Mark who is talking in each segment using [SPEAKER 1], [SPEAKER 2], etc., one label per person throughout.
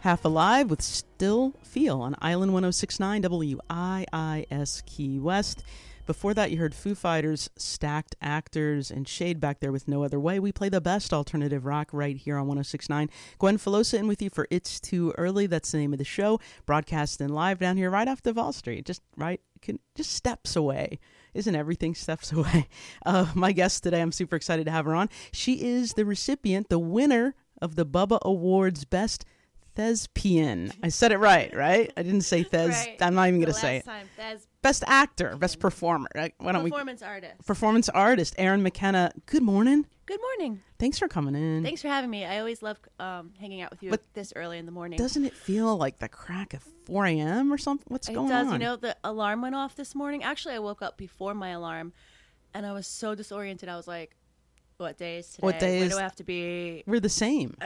[SPEAKER 1] Half Alive with Still Feel on Island 1069 WIIS Key West. Before that, you heard Foo Fighters, Stacked Actors, and Shade back there with No Other Way. We play the best alternative rock right here on 1069. Gwen Filosa in with you for It's Too Early. That's the name of the show. Broadcasting live down here right off Duval Street. Just right, can, just steps away isn't everything steps away? Uh, my guest today, I'm super excited to have her on. She is the recipient, the winner of the Bubba Awards Best Thespian. I said it right, right? I didn't say Thes.
[SPEAKER 2] Right.
[SPEAKER 1] I'm not even
[SPEAKER 2] The
[SPEAKER 1] going to say
[SPEAKER 2] last
[SPEAKER 1] it.
[SPEAKER 2] time, That's
[SPEAKER 1] Best actor, best performer. Like, Why don't we?
[SPEAKER 2] performance artist.
[SPEAKER 1] Performance artist, Aaron McKenna. Good morning.
[SPEAKER 2] Good morning.
[SPEAKER 1] Thanks for coming in.
[SPEAKER 2] Thanks for having me. I always love um, hanging out with you
[SPEAKER 1] But
[SPEAKER 2] this early in the morning.
[SPEAKER 1] Doesn't it feel like the crack of 4 a.m. or something? What's
[SPEAKER 2] it
[SPEAKER 1] going
[SPEAKER 2] does.
[SPEAKER 1] on?
[SPEAKER 2] You know, the alarm went off this morning. Actually, I woke up before my alarm, and I was so disoriented. I was like, "What day is today?
[SPEAKER 1] What day
[SPEAKER 2] Where
[SPEAKER 1] is-
[SPEAKER 2] do I have to be?"
[SPEAKER 1] We're the same.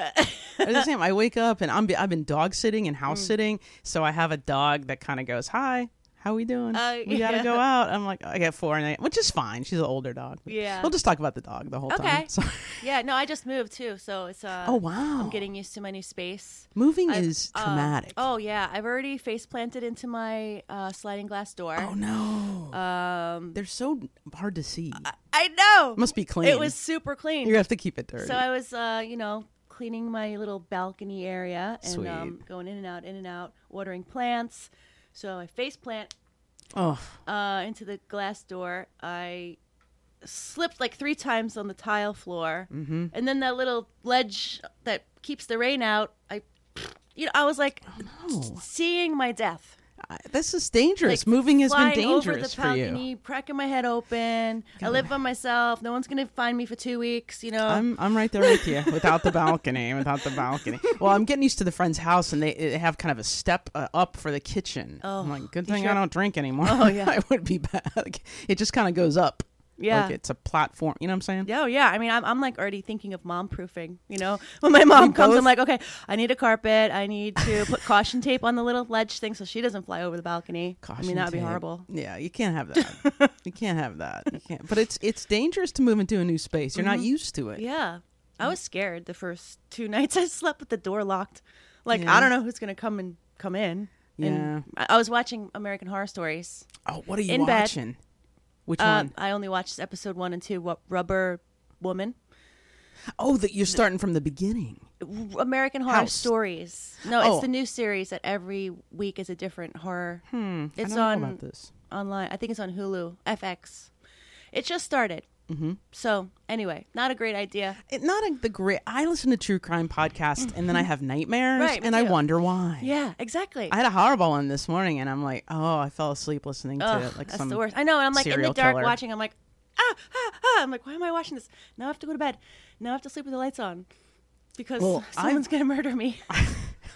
[SPEAKER 1] We're the same. I wake up and I'm I've been dog sitting and
[SPEAKER 2] Mm.
[SPEAKER 1] house sitting, so I have a dog that kind of goes, "Hi, how we doing?
[SPEAKER 2] Oh,
[SPEAKER 1] we gotta
[SPEAKER 2] yeah.
[SPEAKER 1] go out." I'm like, I got four and I, which is fine. She's an older dog.
[SPEAKER 2] Yeah.
[SPEAKER 1] we'll just talk about the dog the whole
[SPEAKER 2] Okay.
[SPEAKER 1] time. So,
[SPEAKER 2] yeah. No, I just moved too, so it's. Uh,
[SPEAKER 1] oh wow,
[SPEAKER 2] I'm getting used to my new space.
[SPEAKER 1] moving
[SPEAKER 2] I've,
[SPEAKER 1] is
[SPEAKER 2] uh,
[SPEAKER 1] traumatic.
[SPEAKER 2] oh yeah, I've already face planted into my uh, sliding glass door.
[SPEAKER 1] Oh, no,
[SPEAKER 2] Um,
[SPEAKER 1] they're so hard to see.
[SPEAKER 2] I know.
[SPEAKER 1] Must be clean.
[SPEAKER 2] It was super clean.
[SPEAKER 1] You have to keep it dirty.
[SPEAKER 2] So I was, uh, you know, cleaning my little balcony area and
[SPEAKER 1] Sweet.
[SPEAKER 2] um, going in and out, in and out, watering plants. So I face plant
[SPEAKER 1] oh,
[SPEAKER 2] uh, into the glass door. I slipped like three times on the tile floor, mm-hmm. and then that little ledge that keeps the rain out. I, you know, I was like
[SPEAKER 1] Oh, no.
[SPEAKER 2] seeing my death.
[SPEAKER 1] I, this is dangerous.
[SPEAKER 2] Like,
[SPEAKER 1] moving has been
[SPEAKER 2] flying
[SPEAKER 1] dangerous
[SPEAKER 2] over the
[SPEAKER 1] for you.
[SPEAKER 2] balcony, cracking my head open. I live by myself. No one's gonna find me for two weeks. You know,
[SPEAKER 1] I'm I'm right there with you without the balcony, without the balcony. Well, I'm getting used to the friend's house, and they, they have kind of a step uh, up for the kitchen.
[SPEAKER 2] Oh,
[SPEAKER 1] I'm like, good
[SPEAKER 2] you
[SPEAKER 1] thing I
[SPEAKER 2] sure-
[SPEAKER 1] don't drink anymore.
[SPEAKER 2] Oh, yeah.
[SPEAKER 1] I would be bad. Like, it just kind of goes up.
[SPEAKER 2] yeah.
[SPEAKER 1] like it's a platform. You know what I'm saying?
[SPEAKER 2] Yeah, oh, yeah. I mean, I'm, I'm like already thinking of mom proofing. You know, when my mom comes,
[SPEAKER 1] both-
[SPEAKER 2] I'm like, okay, I need a carpet. I need to put caution tape on the little ledge thing so she doesn't fly over the balcony. I
[SPEAKER 1] Caution
[SPEAKER 2] mean, that'd be
[SPEAKER 1] tape.
[SPEAKER 2] horrible.
[SPEAKER 1] Yeah, you can't have that. you can't have that. You can't. But it's it's dangerous to move into a new space. You're not used to it.
[SPEAKER 2] Mm-hmm. Yeah, I was scared the first two nights. I slept with the door locked. Like
[SPEAKER 1] Yeah.
[SPEAKER 2] I don't know who's gonna come and come in.
[SPEAKER 1] Yeah.
[SPEAKER 2] And I, I was watching American Horror Stories.
[SPEAKER 1] Oh, what are you
[SPEAKER 2] In bed.
[SPEAKER 1] watching? Which
[SPEAKER 2] Uh,
[SPEAKER 1] one?
[SPEAKER 2] I only watched episode one and two. What Rubber Woman?
[SPEAKER 1] Oh, that you're starting from the beginning.
[SPEAKER 2] R- American Horror
[SPEAKER 1] House.
[SPEAKER 2] Stories. No,
[SPEAKER 1] Oh.
[SPEAKER 2] it's the new series that every week is a different horror. Hmm. It's
[SPEAKER 1] I don't
[SPEAKER 2] on
[SPEAKER 1] know about this.
[SPEAKER 2] online. I think it's on Hulu, FX. It just started. Mm-hmm. So anyway, not a great idea.
[SPEAKER 1] it, not a, the great. I listen to true crime podcasts and then I have nightmares
[SPEAKER 2] Mm-hmm. Right, me
[SPEAKER 1] and I
[SPEAKER 2] too.
[SPEAKER 1] wonder why.
[SPEAKER 2] Yeah, exactly.
[SPEAKER 1] I had a horrible one this morning and I'm like, oh, I fell asleep listening to
[SPEAKER 2] Ugh,
[SPEAKER 1] it. Like
[SPEAKER 2] that's
[SPEAKER 1] some
[SPEAKER 2] the worst. I know. And I'm like in the
[SPEAKER 1] serial
[SPEAKER 2] dark
[SPEAKER 1] killer.
[SPEAKER 2] watching. I'm like, ah, ah, ah. I'm like, why am I watching this? Now I have to go to bed. Now I have to sleep with the lights on because
[SPEAKER 1] Well, I've-
[SPEAKER 2] someone's gonna murder me.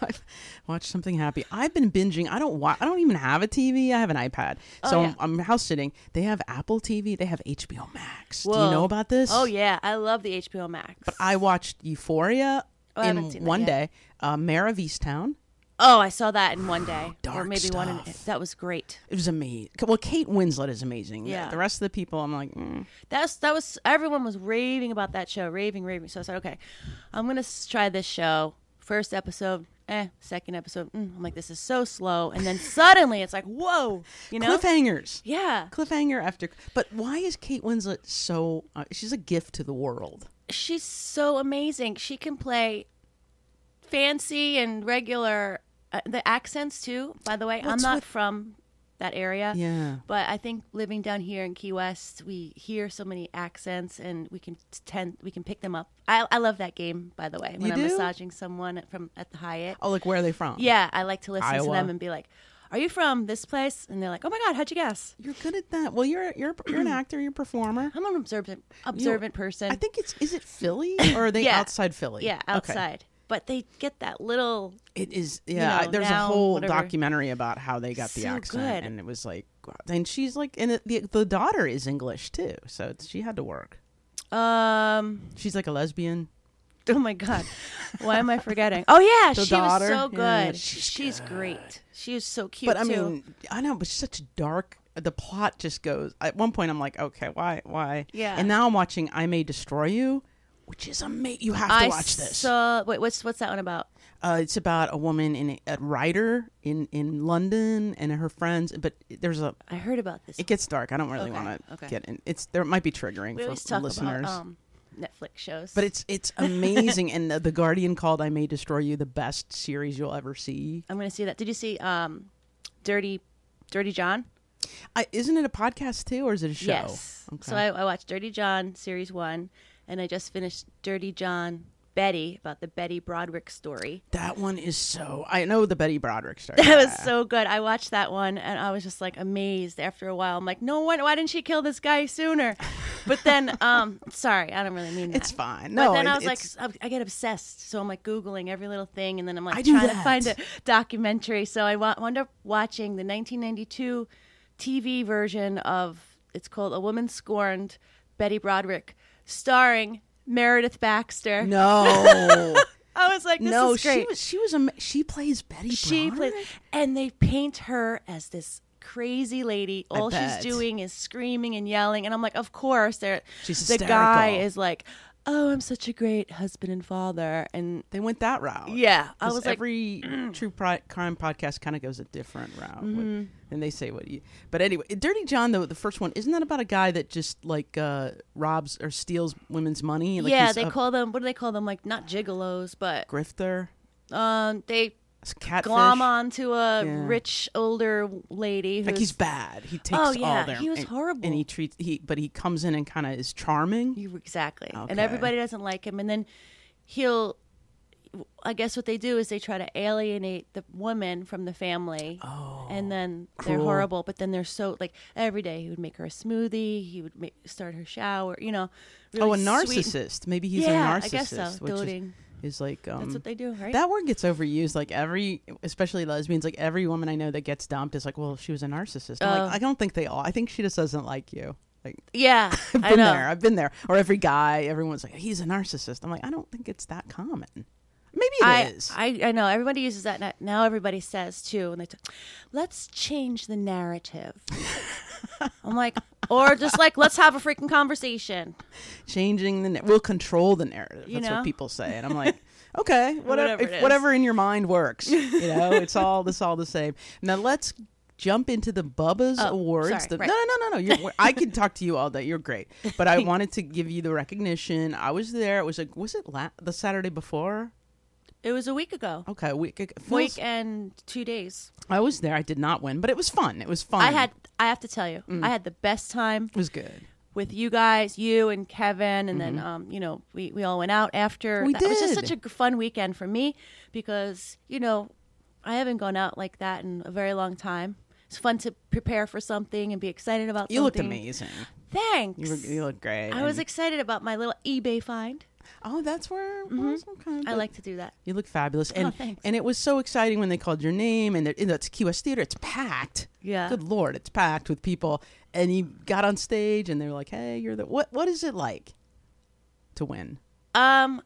[SPEAKER 1] I've watched something happy. I've been binging. I don't watch. I don't even have a TV. I have an iPad. so
[SPEAKER 2] Oh, yeah.
[SPEAKER 1] I'm, I'm house sitting. They have Apple TV. They have HBO Max. Do you
[SPEAKER 2] Whoa.
[SPEAKER 1] know about this?
[SPEAKER 2] Oh yeah, I love the HBO Max.
[SPEAKER 1] I watched Euphoria
[SPEAKER 2] Oh, I
[SPEAKER 1] in
[SPEAKER 2] haven't seen that
[SPEAKER 1] one
[SPEAKER 2] yet.
[SPEAKER 1] day. Uh, Mayor of Easttown.
[SPEAKER 2] oh, I saw that in one day, or
[SPEAKER 1] Dark
[SPEAKER 2] maybe one. In,
[SPEAKER 1] stuff.
[SPEAKER 2] that was great.
[SPEAKER 1] It was amazing. Well, Kate Winslet is amazing. The-
[SPEAKER 2] Yeah.
[SPEAKER 1] The rest of the people, I'm like, mm.
[SPEAKER 2] That's that was everyone was raving about that show, raving, raving. So I said, okay, I'm gonna s- try this show. First episode, eh. Second episode, mm. I'm like, this is so slow. And then suddenly it's like, whoa, you know?
[SPEAKER 1] cliffhangers.
[SPEAKER 2] yeah,
[SPEAKER 1] cliffhanger after but why is kate winslet so uh, she's a gift to the world
[SPEAKER 2] she's so amazing. She can play fancy and regular. Uh, the accents too. By the way, I'm
[SPEAKER 1] What's
[SPEAKER 2] not
[SPEAKER 1] with-
[SPEAKER 2] from that area.
[SPEAKER 1] yeah
[SPEAKER 2] But I think living down here in Key West, we hear so many accents, and we can tend we can pick them up. I, I love that game, by the way. When
[SPEAKER 1] You
[SPEAKER 2] I'm
[SPEAKER 1] do?
[SPEAKER 2] massaging someone at- from at the Hyatt,
[SPEAKER 1] oh like where are they from
[SPEAKER 2] yeah, I like to listen to
[SPEAKER 1] Iowa?
[SPEAKER 2] them and be like, "Are you from this place?" And they're like, "Oh my God, how'd you guess?"
[SPEAKER 1] you're good at that well you're you're you're an actor you're a performer
[SPEAKER 2] I'm an observant observant person.
[SPEAKER 1] i think it's is it philly or are they
[SPEAKER 2] Yeah.
[SPEAKER 1] outside philly
[SPEAKER 2] yeah,
[SPEAKER 1] Okay.
[SPEAKER 2] outside. But they get that little
[SPEAKER 1] it is yeah I-
[SPEAKER 2] know,
[SPEAKER 1] there's
[SPEAKER 2] now,
[SPEAKER 1] a whole
[SPEAKER 2] whatever.
[SPEAKER 1] documentary about how they got the
[SPEAKER 2] So
[SPEAKER 1] accent
[SPEAKER 2] good.
[SPEAKER 1] and it was like wow. and she's like and it, the, the daughter is english too so it's, she had to work
[SPEAKER 2] um.
[SPEAKER 1] she's like a lesbian
[SPEAKER 2] Oh my god, why am I forgetting? Oh yeah,
[SPEAKER 1] The
[SPEAKER 2] she
[SPEAKER 1] daughter.
[SPEAKER 2] was so good.
[SPEAKER 1] Yeah, she's
[SPEAKER 2] she's great. She was so cute.
[SPEAKER 1] but i
[SPEAKER 2] too.
[SPEAKER 1] mean i know but she's such dark the plot just goes at one point i'm like okay why why
[SPEAKER 2] Yeah.
[SPEAKER 1] and now i'm watching i may destroy you which is amazing you have to watch this
[SPEAKER 2] So wait, what's what's that one about?
[SPEAKER 1] Uh, it's about a woman in a, a writer in in London and her friends. But there's a
[SPEAKER 2] I heard about this.
[SPEAKER 1] it gets dark. I don't really
[SPEAKER 2] Okay,
[SPEAKER 1] want to
[SPEAKER 2] okay.
[SPEAKER 1] get in. It's there might be triggering
[SPEAKER 2] we
[SPEAKER 1] for
[SPEAKER 2] always talk
[SPEAKER 1] listeners.
[SPEAKER 2] about um, Netflix shows.
[SPEAKER 1] but it's it's amazing, and the, the Guardian called "I May Destroy You" the best series you'll ever see.
[SPEAKER 2] I'm gonna see that. Did you see um, Dirty, Dirty John?
[SPEAKER 1] I, isn't it a podcast too, or is it a show?
[SPEAKER 2] Yes.
[SPEAKER 1] Okay.
[SPEAKER 2] So I, I watched Dirty John series one, and I just finished Dirty John Betty about the Betty Broderick story.
[SPEAKER 1] that one is so. I know the Betty Broderick story.
[SPEAKER 2] That was so good. I watched that one and I was just like amazed after a while. I'm like, no one, why didn't she kill this guy sooner? But then, um, sorry, I don't really mean that.
[SPEAKER 1] It's fine. No,
[SPEAKER 2] but then
[SPEAKER 1] it-
[SPEAKER 2] I was like, "Oh,
[SPEAKER 1] it's-
[SPEAKER 2] I I get obsessed, so I'm like googling every little thing, and then I'm like
[SPEAKER 1] I do
[SPEAKER 2] trying
[SPEAKER 1] that.
[SPEAKER 2] to find a documentary. So I wa- wound up watching the 1992 TV version of it's called "A Woman Scorned," Betty Broderick, starring Meredith Baxter.
[SPEAKER 1] no,
[SPEAKER 2] I was like, this
[SPEAKER 1] no.
[SPEAKER 2] is great.
[SPEAKER 1] She was she was am- she plays Betty.
[SPEAKER 2] She plays,
[SPEAKER 1] Broderick?
[SPEAKER 2] and they paint her as this crazy lady. All she's
[SPEAKER 1] bet.
[SPEAKER 2] doing is screaming and yelling, and I'm like, of course, they're
[SPEAKER 1] She's
[SPEAKER 2] the guy
[SPEAKER 1] hysterical.
[SPEAKER 2] is like, oh, I'm such a great husband and father, and
[SPEAKER 1] They went that route.
[SPEAKER 2] yeah, I
[SPEAKER 1] 'Cause
[SPEAKER 2] was like,
[SPEAKER 1] every true pri- crime podcast kind of goes a different route, with,
[SPEAKER 2] Mm-hmm.
[SPEAKER 1] and they say what you. But anyway, Dirty John, though the first one, isn't that about a guy that just like uh, robs or steals women's money? Like
[SPEAKER 2] yeah,
[SPEAKER 1] he's
[SPEAKER 2] they
[SPEAKER 1] a
[SPEAKER 2] call them what do they call them? Like not gigolos, but
[SPEAKER 1] grifter,
[SPEAKER 2] um, they
[SPEAKER 1] s- catfish.
[SPEAKER 2] glom onto a
[SPEAKER 1] Yeah.
[SPEAKER 2] rich older lady. Who's,
[SPEAKER 1] Like he's bad. He takes all
[SPEAKER 2] Oh, yeah,
[SPEAKER 1] their.
[SPEAKER 2] he was
[SPEAKER 1] and-
[SPEAKER 2] horrible.
[SPEAKER 1] and he treats he, but he comes in and kind of is charming.
[SPEAKER 2] You- exactly, and
[SPEAKER 1] Okay.
[SPEAKER 2] everybody doesn't like him, and then he'll. I guess what they do is they try to alienate the woman from the family, oh, and then they're
[SPEAKER 1] cruel.
[SPEAKER 2] horrible. But then they're so like every day he would make her a smoothie, he would make, start her shower, you know.
[SPEAKER 1] oh, a
[SPEAKER 2] really sweet-
[SPEAKER 1] narcissist. Maybe he's
[SPEAKER 2] Yeah,
[SPEAKER 1] a narcissist.
[SPEAKER 2] I guess so.
[SPEAKER 1] Which is,
[SPEAKER 2] Doting.
[SPEAKER 1] is like um,
[SPEAKER 2] That's what they do, right?
[SPEAKER 1] That word gets overused. Like every, especially lesbians, like every woman I know that gets dumped is like, well, she was a narcissist. I'm like,
[SPEAKER 2] Oh.
[SPEAKER 1] I don't think they all. I think she just doesn't like you. Like,
[SPEAKER 2] yeah,
[SPEAKER 1] I've
[SPEAKER 2] I
[SPEAKER 1] been
[SPEAKER 2] know.
[SPEAKER 1] there. I've been there. Or every guy, everyone's like, he's a narcissist. I'm like, I don't think it's that common. Maybe it is.
[SPEAKER 2] I, I I know everybody uses that now- now. Everybody says too, and they t- let's change the narrative. I'm like, or just like let's have a freaking conversation.
[SPEAKER 1] Changing the, na- we'll control the narrative.
[SPEAKER 2] You
[SPEAKER 1] That's
[SPEAKER 2] know?
[SPEAKER 1] what people say, and I'm like. Okay, whatever,
[SPEAKER 2] Whatever
[SPEAKER 1] if-
[SPEAKER 2] it is.
[SPEAKER 1] whatever in your mind works, you know, it's all this all the same. Now let's jump into the Bubba's
[SPEAKER 2] Oh,
[SPEAKER 1] awards.
[SPEAKER 2] sorry,
[SPEAKER 1] the,
[SPEAKER 2] right.
[SPEAKER 1] No, no, no, no. You're, I could talk to you all day. You're great, but I wanted to give you the recognition. I was there. It was like, was it la- the Saturday before?
[SPEAKER 2] It was a week ago,
[SPEAKER 1] Okay, we, it feels-
[SPEAKER 2] week and two days.
[SPEAKER 1] I was there. I did not win, but it was fun. It was fun.
[SPEAKER 2] I had I have to tell you,
[SPEAKER 1] Mm.
[SPEAKER 2] I had the best time
[SPEAKER 1] it was good.
[SPEAKER 2] with you guys, you and Kevin, and then um, you know we we all went out after.
[SPEAKER 1] Mm-hmm. We
[SPEAKER 2] that was just
[SPEAKER 1] did.
[SPEAKER 2] such a g- fun weekend for me because you know I haven't gone out like that in a very long time. It's fun to prepare for something and be excited about.
[SPEAKER 1] You looked
[SPEAKER 2] something.
[SPEAKER 1] amazing.
[SPEAKER 2] Thanks.
[SPEAKER 1] You, were, you looked great.
[SPEAKER 2] I was
[SPEAKER 1] And-
[SPEAKER 2] excited about my little eBay find.
[SPEAKER 1] oh, that's where. it was? Okay,
[SPEAKER 2] mm-hmm. I
[SPEAKER 1] good.
[SPEAKER 2] like to do that.
[SPEAKER 1] You look fabulous, and
[SPEAKER 2] Oh, thanks.
[SPEAKER 1] and it was so exciting when they called your name, and, it- and it's QS Theater. It's packed.
[SPEAKER 2] Yeah.
[SPEAKER 1] Good lord, it's packed with people. And you got on stage, and they were like, "Hey, you're the what? What is it like to win?"
[SPEAKER 2] Um,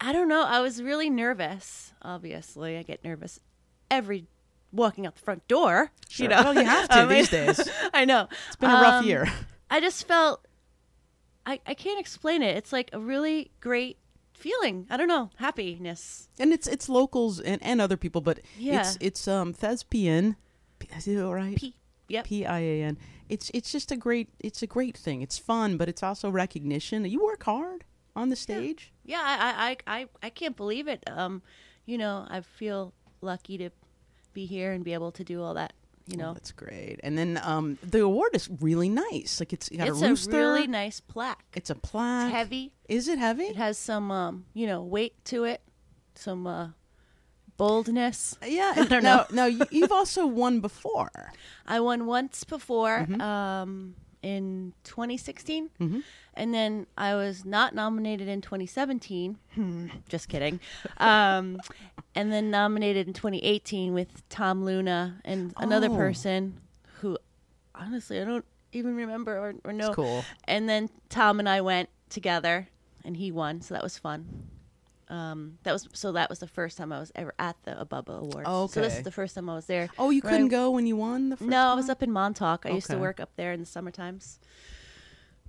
[SPEAKER 2] I don't know. I was really nervous. Obviously, I get nervous every walking out the front door.
[SPEAKER 1] Sure.
[SPEAKER 2] You know,
[SPEAKER 1] Well, you have to
[SPEAKER 2] I mean-
[SPEAKER 1] these days. It's
[SPEAKER 2] I know. It's
[SPEAKER 1] been a rough year.
[SPEAKER 2] Um, I just felt I I can't explain it. It's like a really great feeling. I don't know, happiness.
[SPEAKER 1] and it's it's locals and, and other people, but
[SPEAKER 2] Yeah.
[SPEAKER 1] it's it's um thespian. P- Is it all right?
[SPEAKER 2] P. Yep.
[SPEAKER 1] P I A N. It's it's just a great it's a great thing. It's fun, but it's also recognition. You work hard on the stage.
[SPEAKER 2] Yeah, I, I, I, I- I can't believe it. Um, you know, I feel lucky to be here and be able to do all that. You know,
[SPEAKER 1] Oh, That's great. And then um, the award is really nice. Like it's you got
[SPEAKER 2] it's
[SPEAKER 1] a
[SPEAKER 2] a,
[SPEAKER 1] rooster.
[SPEAKER 2] really nice plaque.
[SPEAKER 1] it's a plaque.
[SPEAKER 2] It's heavy.
[SPEAKER 1] Is it heavy?
[SPEAKER 2] It has some, um, you know, weight to it, some uh, boldness.
[SPEAKER 1] yeah. I
[SPEAKER 2] don't
[SPEAKER 1] no, know. no, you- you've also won before.
[SPEAKER 2] I won once before
[SPEAKER 1] Mm-hmm.
[SPEAKER 2] um, in 2016, and then I was not nominated in 2017. Hmm, Just kidding. Um, and then nominated in 2018 with Tom Luna and another
[SPEAKER 1] Oh.
[SPEAKER 2] person who, honestly, I don't even remember or, or know.
[SPEAKER 1] It's cool.
[SPEAKER 2] And then Tom and I went together, and he won, so that was fun. Um, that was so. That was the first time I was ever at the Abubba Awards. So this
[SPEAKER 1] Okay.
[SPEAKER 2] is the first time I was there.
[SPEAKER 1] Oh, you
[SPEAKER 2] Where I-
[SPEAKER 1] couldn't go when you won the first
[SPEAKER 2] no, I was
[SPEAKER 1] one?
[SPEAKER 2] up in Montauk. I used to
[SPEAKER 1] Okay.
[SPEAKER 2] work up there in the summer times.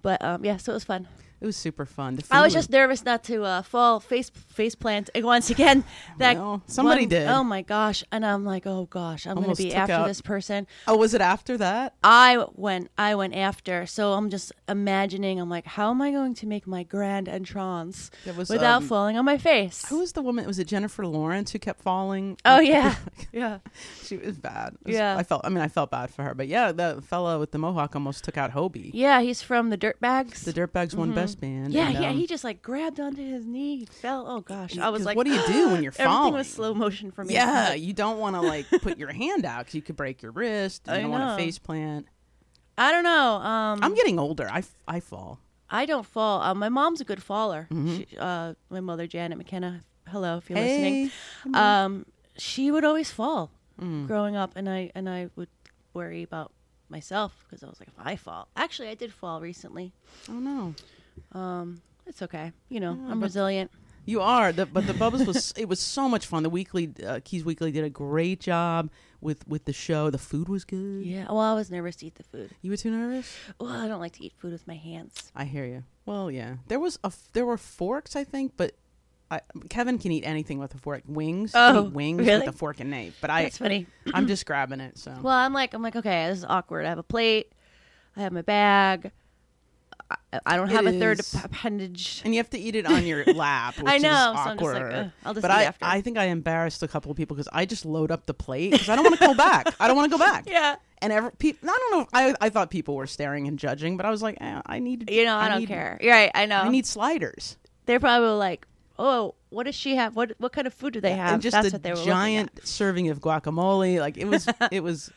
[SPEAKER 2] But um, yeah, so it was fun.
[SPEAKER 1] It was super fun. The
[SPEAKER 2] I was
[SPEAKER 1] food-
[SPEAKER 2] just nervous not to uh, fall face face plant once again. That
[SPEAKER 1] Well, somebody
[SPEAKER 2] one-
[SPEAKER 1] did.
[SPEAKER 2] Oh my gosh! And I'm like, oh gosh, I'm going
[SPEAKER 1] Almost
[SPEAKER 2] to be
[SPEAKER 1] took
[SPEAKER 2] after
[SPEAKER 1] out-
[SPEAKER 2] this person.
[SPEAKER 1] Oh, was it after that?
[SPEAKER 2] I went. I went after. So I'm just imagining. I'm like, how am I going to make my grand entrance
[SPEAKER 1] That was,
[SPEAKER 2] without
[SPEAKER 1] um,
[SPEAKER 2] falling on my face?
[SPEAKER 1] Who was the woman? Was it Jennifer Lawrence who kept falling?
[SPEAKER 2] oh yeah, yeah.
[SPEAKER 1] she was bad. It was-
[SPEAKER 2] Yeah.
[SPEAKER 1] I felt. I mean, I felt bad for her. But yeah, that fella with the mohawk almost took out Hobie.
[SPEAKER 2] Yeah, he's from the Dirtbags.
[SPEAKER 1] The Dirtbags won Best Band.
[SPEAKER 2] yeah,
[SPEAKER 1] and,
[SPEAKER 2] yeah.
[SPEAKER 1] um,
[SPEAKER 2] He just like grabbed onto his knee, he fell. Oh gosh, I was
[SPEAKER 1] 'Cause
[SPEAKER 2] like,
[SPEAKER 1] what do you do when you're
[SPEAKER 2] Everything
[SPEAKER 1] falling?
[SPEAKER 2] was slow motion for me.
[SPEAKER 1] Yeah, you don't want to like put your hand out because you could break your wrist. You
[SPEAKER 2] I
[SPEAKER 1] don't want
[SPEAKER 2] know.
[SPEAKER 1] to face plant.
[SPEAKER 2] I don't know. Um,
[SPEAKER 1] I'm getting older. I, f- I fall.
[SPEAKER 2] I don't fall. Uh, my mom's a good faller. She, uh, my mother, Janet McKenna. Hello, if you're
[SPEAKER 1] Mm-hmm. Hey,
[SPEAKER 2] listening. Um, she would always fall
[SPEAKER 1] Mm.
[SPEAKER 2] growing up, and I and I would worry about myself because I was like, if I fall, actually, I did fall recently. Um,
[SPEAKER 1] Oh no,
[SPEAKER 2] It's okay. You know, I'm resilient.
[SPEAKER 1] you are. The, but the Bubbles was it was so much fun. The weekly uh, Keys Weekly did a great job with with the show. The food was good.
[SPEAKER 2] Yeah. Well, I was nervous to eat the food.
[SPEAKER 1] You were too nervous.
[SPEAKER 2] Well, I don't like to eat food with my hands.
[SPEAKER 1] I hear you. Well, yeah. There was a f- there were forks, I think, but I, Kevin can eat anything with a fork. Wings, he can
[SPEAKER 2] Oh,
[SPEAKER 1] eat wings
[SPEAKER 2] really?
[SPEAKER 1] with a fork and knife. But I,
[SPEAKER 2] That's funny.
[SPEAKER 1] I'm just grabbing it. So
[SPEAKER 2] Well, I'm like, I'm like, okay, this is awkward. I have a plate. I have my bag. I, I don't have
[SPEAKER 1] It
[SPEAKER 2] a third
[SPEAKER 1] is.
[SPEAKER 2] appendage.
[SPEAKER 1] and you have to eat it on your lap, which
[SPEAKER 2] I
[SPEAKER 1] is
[SPEAKER 2] know, so I'm just
[SPEAKER 1] awkward.
[SPEAKER 2] like, "Ugh, I'll just
[SPEAKER 1] but
[SPEAKER 2] eat
[SPEAKER 1] I,
[SPEAKER 2] after."
[SPEAKER 1] I think I embarrassed a couple of people because I just load up the plate because I don't want to go back. I don't want to go back.
[SPEAKER 2] Yeah.
[SPEAKER 1] And every, pe- I don't know. I, I thought people were staring and judging, but I was like, eh, I need.
[SPEAKER 2] You know, I, don't
[SPEAKER 1] need-
[SPEAKER 2] care. Oh. You're right. I know.
[SPEAKER 1] I need sliders.
[SPEAKER 2] They're probably like, oh, what does she have? What what kind of food do they have?
[SPEAKER 1] and just
[SPEAKER 2] That's
[SPEAKER 1] a
[SPEAKER 2] what they were looking at.
[SPEAKER 1] giant serving of guacamole. Like it was, it was,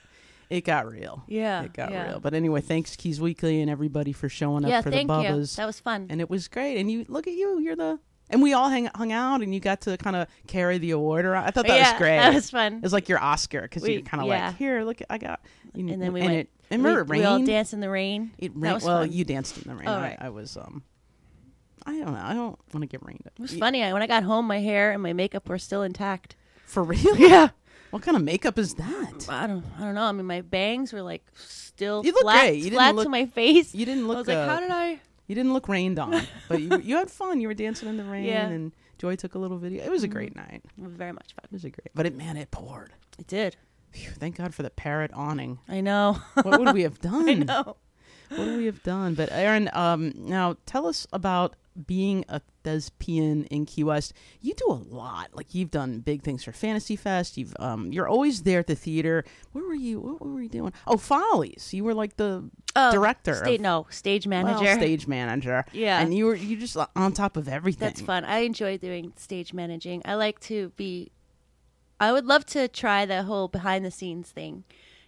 [SPEAKER 1] it got real.
[SPEAKER 2] Yeah,
[SPEAKER 1] it got
[SPEAKER 2] yeah.
[SPEAKER 1] real. But anyway, thanks Keys Weekly and everybody for showing up
[SPEAKER 2] Yeah,
[SPEAKER 1] for
[SPEAKER 2] thank
[SPEAKER 1] the
[SPEAKER 2] you.
[SPEAKER 1] Bubba's,
[SPEAKER 2] That was fun.
[SPEAKER 1] and it was great. And you look at you, you're the, and we all hang, hung out, and you got to kind of carry the award around. I thought that
[SPEAKER 2] yeah,
[SPEAKER 1] was great.
[SPEAKER 2] That was fun.
[SPEAKER 1] It was like your Oscar because
[SPEAKER 2] We-
[SPEAKER 1] you're kind of
[SPEAKER 2] yeah.
[SPEAKER 1] like, here, look, I got. You
[SPEAKER 2] and then we
[SPEAKER 1] and
[SPEAKER 2] went.
[SPEAKER 1] It, and remember,
[SPEAKER 2] we,
[SPEAKER 1] it
[SPEAKER 2] we all
[SPEAKER 1] rained.
[SPEAKER 2] danced in the rain.
[SPEAKER 1] It
[SPEAKER 2] That
[SPEAKER 1] rained.
[SPEAKER 2] was
[SPEAKER 1] Well,
[SPEAKER 2] fun.
[SPEAKER 1] you danced in the rain.
[SPEAKER 2] Oh,
[SPEAKER 1] I,
[SPEAKER 2] right.
[SPEAKER 1] I was. um I don't know. I don't want to get rained.
[SPEAKER 2] It was funny. I, when I got home, my hair and my makeup were still intact.
[SPEAKER 1] For real? Yeah. What kind of makeup is that?
[SPEAKER 2] I don't. I don't know. I mean, my bangs were like still
[SPEAKER 1] You look
[SPEAKER 2] flat,
[SPEAKER 1] great. You didn't
[SPEAKER 2] flat to
[SPEAKER 1] look-
[SPEAKER 2] my face.
[SPEAKER 1] you didn't look,
[SPEAKER 2] I was like,
[SPEAKER 1] uh,
[SPEAKER 2] how did I?
[SPEAKER 1] You didn't look rained on, but you, you had fun. You were dancing in the rain,
[SPEAKER 2] Yeah. Mm-hmm.
[SPEAKER 1] and Joy took a little video. It was a great night. It
[SPEAKER 2] It was very much fun.
[SPEAKER 1] was a great, but it man, it poured.
[SPEAKER 2] It did.
[SPEAKER 1] Phew, thank God for the parrot awning.
[SPEAKER 2] I know.
[SPEAKER 1] What would we have done?
[SPEAKER 2] I know.
[SPEAKER 1] What would we have done? But Aaron, um, now tell us about being a thespian in Key West. You do a lot. Like you've done big things for Fantasy Fest. You've um, you're always there at the theater. Where were you? What were you doing? Oh, Follies. You were like the
[SPEAKER 2] Oh,
[SPEAKER 1] director.
[SPEAKER 2] Stage,
[SPEAKER 1] of,
[SPEAKER 2] no, stage
[SPEAKER 1] well,
[SPEAKER 2] manager.
[SPEAKER 1] stage manager.
[SPEAKER 2] Yeah.
[SPEAKER 1] and you were you just uh, on top of everything.
[SPEAKER 2] That's fun. I enjoy doing stage managing. I like to be. I would love to try the whole behind the scenes thing.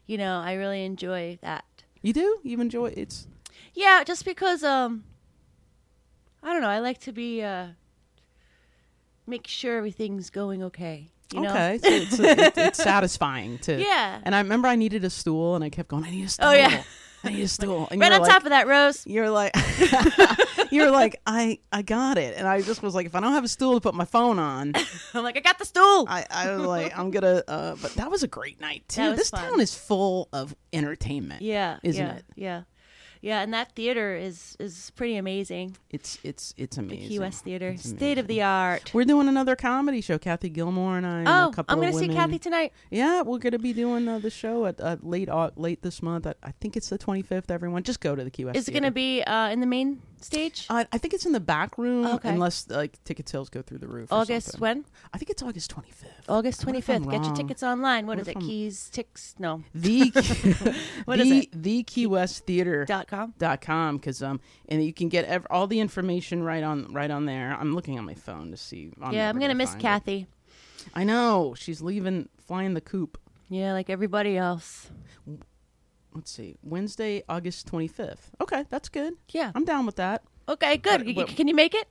[SPEAKER 2] You know, I really enjoy that.
[SPEAKER 1] You do? You enjoy it's
[SPEAKER 2] Yeah, just because um I don't know, I like to be uh make sure everything's going okay. You know?
[SPEAKER 1] okay. So it's, uh, it, it's satisfying to
[SPEAKER 2] Yeah.
[SPEAKER 1] And I remember I needed a stool, and I kept going. I need a stool.
[SPEAKER 2] Oh, yeah.
[SPEAKER 1] I need a stool. And
[SPEAKER 2] Right
[SPEAKER 1] you
[SPEAKER 2] on
[SPEAKER 1] were like-
[SPEAKER 2] top of that, Rose.
[SPEAKER 1] You're like, you're like, I I got it, and I just was like, if I don't have a stool to put my phone on,
[SPEAKER 2] I'm like, I got the stool.
[SPEAKER 1] I I was like, I'm gonna. Uh, but that was a great night too.
[SPEAKER 2] That was
[SPEAKER 1] This
[SPEAKER 2] fun.
[SPEAKER 1] town is full of entertainment.
[SPEAKER 2] yeah.
[SPEAKER 1] isn't
[SPEAKER 2] yeah,
[SPEAKER 1] it?
[SPEAKER 2] Yeah. Yeah, and that theater is is pretty amazing.
[SPEAKER 1] It's it's it's amazing.
[SPEAKER 2] Key West Theater.
[SPEAKER 1] It's amazing.
[SPEAKER 2] State of the art.
[SPEAKER 1] We're doing another comedy show. Kathy Gilmore and I. and
[SPEAKER 2] Oh,
[SPEAKER 1] a couple
[SPEAKER 2] I'm gonna
[SPEAKER 1] of
[SPEAKER 2] see
[SPEAKER 1] women.
[SPEAKER 2] Kathy tonight.
[SPEAKER 1] Yeah, we're going to be doing uh, the show at uh, late au- late this month. I, I think it's the 25th. Everyone, just go to the QS.
[SPEAKER 2] Is it gonna be uh, in the main stage?
[SPEAKER 1] Uh, I think it's in the back room,
[SPEAKER 2] Okay.
[SPEAKER 1] unless like ticket sales go through the roof. or
[SPEAKER 2] August
[SPEAKER 1] something.
[SPEAKER 2] when?
[SPEAKER 1] I think it's August 25th.
[SPEAKER 2] August
[SPEAKER 1] What
[SPEAKER 2] twenty
[SPEAKER 1] if I'm
[SPEAKER 2] fifth. Get your
[SPEAKER 1] wrong?
[SPEAKER 2] tickets online.
[SPEAKER 1] What
[SPEAKER 2] what is
[SPEAKER 1] if
[SPEAKER 2] it?
[SPEAKER 1] I'm-
[SPEAKER 2] Keys, ticks, no.
[SPEAKER 1] The
[SPEAKER 2] What
[SPEAKER 1] the,
[SPEAKER 2] is it?
[SPEAKER 1] the Key West Theater
[SPEAKER 2] Dot com.
[SPEAKER 1] dot com because um and you can get ev- all the information right on right on there. I'm looking on my phone to see. I'm
[SPEAKER 2] yeah, I'm
[SPEAKER 1] never
[SPEAKER 2] gonna miss
[SPEAKER 1] find it.
[SPEAKER 2] Kathy.
[SPEAKER 1] I know she's leaving, flying the coop.
[SPEAKER 2] Yeah, like everybody else.
[SPEAKER 1] Let's see, Wednesday, August 25th. Okay, that's good.
[SPEAKER 2] Yeah.
[SPEAKER 1] I'm down with that.
[SPEAKER 2] Okay, good.
[SPEAKER 1] What-
[SPEAKER 2] Y-
[SPEAKER 1] what-
[SPEAKER 2] can you make it?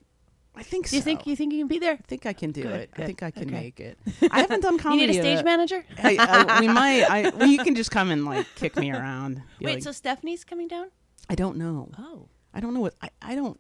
[SPEAKER 1] I think
[SPEAKER 2] Do you
[SPEAKER 1] so.
[SPEAKER 2] think you think you can be there?
[SPEAKER 1] I think I can do
[SPEAKER 2] Good,
[SPEAKER 1] it. I
[SPEAKER 2] good.
[SPEAKER 1] think I can
[SPEAKER 2] Okay.
[SPEAKER 1] make it. I haven't done
[SPEAKER 2] You
[SPEAKER 1] comedy.
[SPEAKER 2] need a stage
[SPEAKER 1] yet.
[SPEAKER 2] manager?
[SPEAKER 1] I, I, we might. I, well, you can just come and like kick me around. Be
[SPEAKER 2] Wait,
[SPEAKER 1] like,
[SPEAKER 2] so Stephanie's coming down?
[SPEAKER 1] I don't know.
[SPEAKER 2] Oh.
[SPEAKER 1] I don't know what. I, I don't.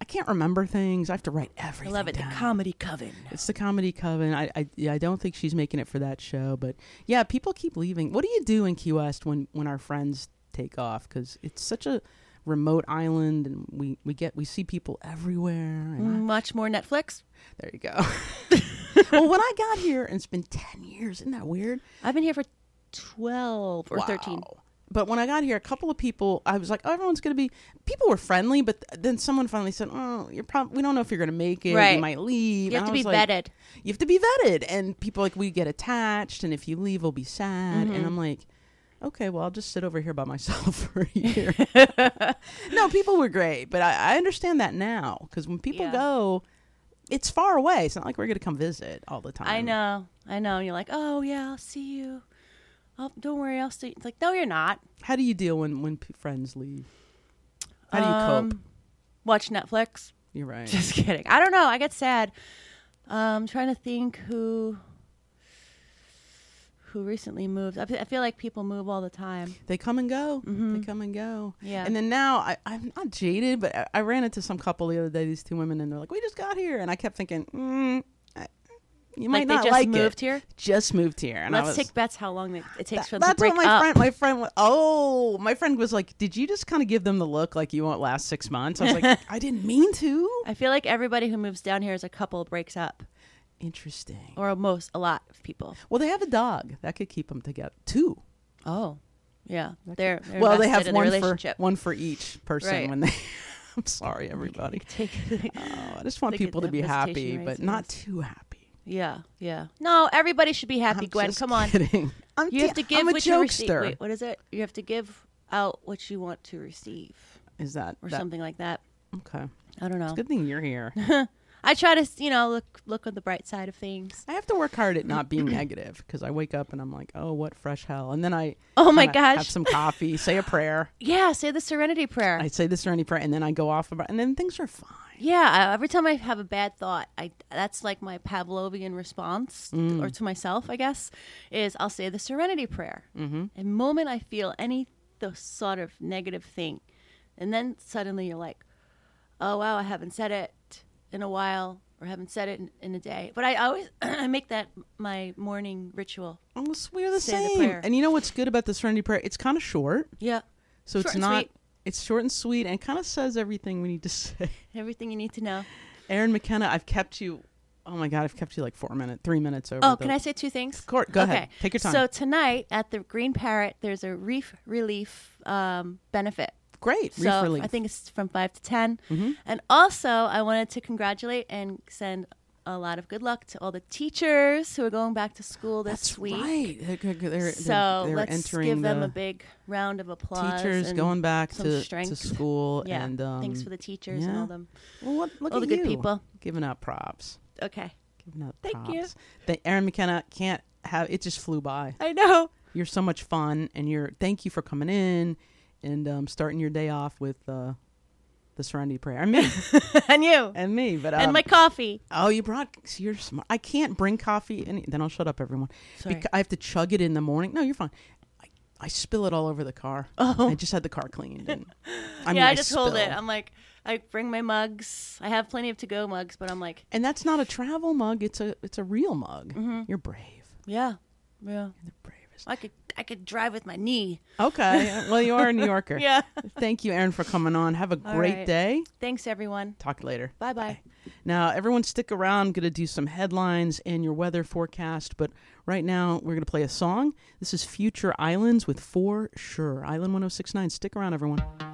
[SPEAKER 1] I can't remember things. I have to write
[SPEAKER 2] I
[SPEAKER 1] everything.
[SPEAKER 2] love it. The
[SPEAKER 1] down.
[SPEAKER 2] comedy coven.
[SPEAKER 1] It's the comedy coven. I I, yeah, I don't think she's making it for that show, but yeah, people keep leaving. What do you do in Key West when when our friends take off? Because it's such a remote island, and we we get we see people everywhere. And I-
[SPEAKER 2] Much Mm, more Netflix.
[SPEAKER 1] there you go. well, when I got here, and it's been ten years. Isn't that weird?
[SPEAKER 2] I've been here for 12 or 13.
[SPEAKER 1] Wow. But when I got here, a couple of people, I was like, oh, everyone's going to be, people were friendly, but th- then someone finally said, oh, you're probably, we don't know if you're going to make it.
[SPEAKER 2] Right.
[SPEAKER 1] You might leave.
[SPEAKER 2] You
[SPEAKER 1] And
[SPEAKER 2] have to
[SPEAKER 1] I was
[SPEAKER 2] be
[SPEAKER 1] like,
[SPEAKER 2] vetted.
[SPEAKER 1] You have to be vetted. And people like, we get attached. And if you leave, we'll be sad.
[SPEAKER 2] Mm-hmm.
[SPEAKER 1] And I'm like, okay, well, I'll just sit over here by myself for a year. no, people were great. But I, I understand that now because when people
[SPEAKER 2] Yeah.
[SPEAKER 1] go, it's far away. It's not like we're going to come visit all the time.
[SPEAKER 2] I know. I know. And you're like, oh, yeah, I'll see you. Oh, don't worry, I'll see. It's like, no, you're not.
[SPEAKER 1] How do you deal when, when p- friends leave? How do you cope?
[SPEAKER 2] Um, Watch Netflix.
[SPEAKER 1] You're right.
[SPEAKER 2] Just kidding. I don't know. I get sad. Um, trying to think who who recently moved. I, fe- I feel like people move all the time.
[SPEAKER 1] they come and go. They come and go.
[SPEAKER 2] Mm-hmm. Yeah.
[SPEAKER 1] And then now I, I'm not jaded, but I, I ran into some couple the other day. These two women, and they're like, "We just got here," and I kept thinking, mm, I, "You might
[SPEAKER 2] like
[SPEAKER 1] not
[SPEAKER 2] they just
[SPEAKER 1] like
[SPEAKER 2] moved
[SPEAKER 1] it.
[SPEAKER 2] here.
[SPEAKER 1] Just moved here." And
[SPEAKER 2] Let's
[SPEAKER 1] I was,
[SPEAKER 2] take bets how long they, it
[SPEAKER 1] that-
[SPEAKER 2] takes for them to
[SPEAKER 1] that's
[SPEAKER 2] break
[SPEAKER 1] what my
[SPEAKER 2] up.
[SPEAKER 1] friend. My friend. wa- Oh, my friend was like, "Did you just kind of give them the look like you won't last six months?" I was like, "I didn't mean to."
[SPEAKER 2] I feel like everybody who moves down here as a couple breaks up,
[SPEAKER 1] Interesting.
[SPEAKER 2] or most a lot of people.
[SPEAKER 1] Well, they have a dog that could keep them together too.
[SPEAKER 2] Oh, yeah. They're, they're
[SPEAKER 1] well, they
[SPEAKER 2] invested
[SPEAKER 1] have
[SPEAKER 2] in
[SPEAKER 1] one
[SPEAKER 2] the
[SPEAKER 1] for
[SPEAKER 2] relationship.
[SPEAKER 1] one for each person
[SPEAKER 2] Right.
[SPEAKER 1] when they. I'm sorry, everybody.
[SPEAKER 2] Take-
[SPEAKER 1] Oh, I just want
[SPEAKER 2] Look at
[SPEAKER 1] people to
[SPEAKER 2] the
[SPEAKER 1] be happy,
[SPEAKER 2] visitation rates
[SPEAKER 1] but
[SPEAKER 2] in
[SPEAKER 1] not
[SPEAKER 2] this.
[SPEAKER 1] too happy.
[SPEAKER 2] yeah, yeah. No, everybody should be happy.
[SPEAKER 1] I'm
[SPEAKER 2] Gwen,
[SPEAKER 1] just
[SPEAKER 2] come on.
[SPEAKER 1] kidding. I'm
[SPEAKER 2] You have
[SPEAKER 1] t-
[SPEAKER 2] to give
[SPEAKER 1] I'm a
[SPEAKER 2] what you receive.
[SPEAKER 1] jokester.
[SPEAKER 2] Wait, what is it? You have to give out what you want to receive,
[SPEAKER 1] Is that,
[SPEAKER 2] or
[SPEAKER 1] that-
[SPEAKER 2] something like that.
[SPEAKER 1] Okay.
[SPEAKER 2] I don't know.
[SPEAKER 1] Good thing you're here.
[SPEAKER 2] I try to, you know, look look on the bright side of things.
[SPEAKER 1] I have to work hard at not being negative because I wake up and I'm like, oh, what fresh hell, and then I
[SPEAKER 2] Oh my
[SPEAKER 1] kinda have
[SPEAKER 2] gosh.
[SPEAKER 1] some coffee, say a prayer,
[SPEAKER 2] Yeah, say the Serenity Prayer.
[SPEAKER 1] I say this or any prayer, and then I go off about, and then things are fine.
[SPEAKER 2] Yeah, I- every time I have a bad thought, I that's like my Pavlovian response
[SPEAKER 1] Mm.
[SPEAKER 2] or to myself, I guess, is I'll say the Serenity Prayer. Mm-hmm. The moment I feel any th- sort of negative thing, and then suddenly you're like, "Oh wow, I haven't said it in a while, or haven't said it in, in a day." But I always I make that my morning ritual.
[SPEAKER 1] Almost we're the
[SPEAKER 2] Say the
[SPEAKER 1] same.
[SPEAKER 2] prayer.
[SPEAKER 1] and you know what's good about the Serenity Prayer? It's kind of short,
[SPEAKER 2] Yeah,
[SPEAKER 1] so
[SPEAKER 2] Short
[SPEAKER 1] it's
[SPEAKER 2] and
[SPEAKER 1] not.
[SPEAKER 2] sweet.
[SPEAKER 1] It's short and sweet, and kind of says everything we need to say.
[SPEAKER 2] everything you need to know.
[SPEAKER 1] Aaron McKenna, I've kept you. Oh my god, I've kept you like four minutes, three minutes over.
[SPEAKER 2] Oh,
[SPEAKER 1] the-
[SPEAKER 2] can I say two things? Of
[SPEAKER 1] course. Go ahead. Take your time.
[SPEAKER 2] So tonight at the Green Parrot, there's a reef relief um, benefit.
[SPEAKER 1] Great. Reef
[SPEAKER 2] So
[SPEAKER 1] relief.
[SPEAKER 2] I think it's from five to 10
[SPEAKER 1] Mm-hmm.
[SPEAKER 2] And also, I wanted to congratulate and send a lot of good luck to all the teachers who are going back to school this
[SPEAKER 1] That's
[SPEAKER 2] week.
[SPEAKER 1] right. They're- They're, they're- they're-
[SPEAKER 2] so
[SPEAKER 1] they're
[SPEAKER 2] let's
[SPEAKER 1] entering
[SPEAKER 2] give them
[SPEAKER 1] the
[SPEAKER 2] a big round of applause.
[SPEAKER 1] teachers
[SPEAKER 2] and
[SPEAKER 1] going back
[SPEAKER 2] some
[SPEAKER 1] to, to
[SPEAKER 2] strength.
[SPEAKER 1] school
[SPEAKER 2] Yeah.
[SPEAKER 1] and um,
[SPEAKER 2] Thanks for the teachers and
[SPEAKER 1] yeah.
[SPEAKER 2] all them.
[SPEAKER 1] well, what, look
[SPEAKER 2] all
[SPEAKER 1] at
[SPEAKER 2] the good
[SPEAKER 1] you,
[SPEAKER 2] people.
[SPEAKER 1] giving out props.
[SPEAKER 2] Okay.
[SPEAKER 1] Giving out
[SPEAKER 2] Thank
[SPEAKER 1] props.
[SPEAKER 2] you.
[SPEAKER 1] The Aaron McKenna can't have it. Just flew by.
[SPEAKER 2] I know.
[SPEAKER 1] You're so much fun, and you're thank you for coming in and um, starting your day off with uh, the Serenity Prayer. I mean,
[SPEAKER 2] and you.
[SPEAKER 1] and me, but um,
[SPEAKER 2] and my coffee.
[SPEAKER 1] Oh, you brought. so You're smart. I can't bring coffee. Any, then I'll shut up, everyone.
[SPEAKER 2] Sorry.
[SPEAKER 1] Beca- I have to chug it in the morning. No, you're fine. I, I spill it all over the car. Oh. I just had the car cleaned. And, I mean,
[SPEAKER 2] yeah, I just hold it.
[SPEAKER 1] spill.
[SPEAKER 2] I'm like, I bring my mugs. I have plenty of to go mugs, but I'm like,
[SPEAKER 1] and that's not a travel mug. It's a it's a real mug.
[SPEAKER 2] Mm-hmm.
[SPEAKER 1] You're brave.
[SPEAKER 2] yeah, yeah.
[SPEAKER 1] You're the bravest.
[SPEAKER 2] I could I could drive with my knee.
[SPEAKER 1] Okay. well, you are a New Yorker.
[SPEAKER 2] Yeah.
[SPEAKER 1] Thank you, Aaron, for coming on. Have a
[SPEAKER 2] All
[SPEAKER 1] great
[SPEAKER 2] right.
[SPEAKER 1] day.
[SPEAKER 2] Thanks everyone.
[SPEAKER 1] Talk later.
[SPEAKER 2] Bye bye.
[SPEAKER 1] Now, everyone, stick around. I'm going to do some headlines and your weather forecast, but right now we're going to play a song. This is Future Islands with For Sure. Island 1069. Stick around, everyone.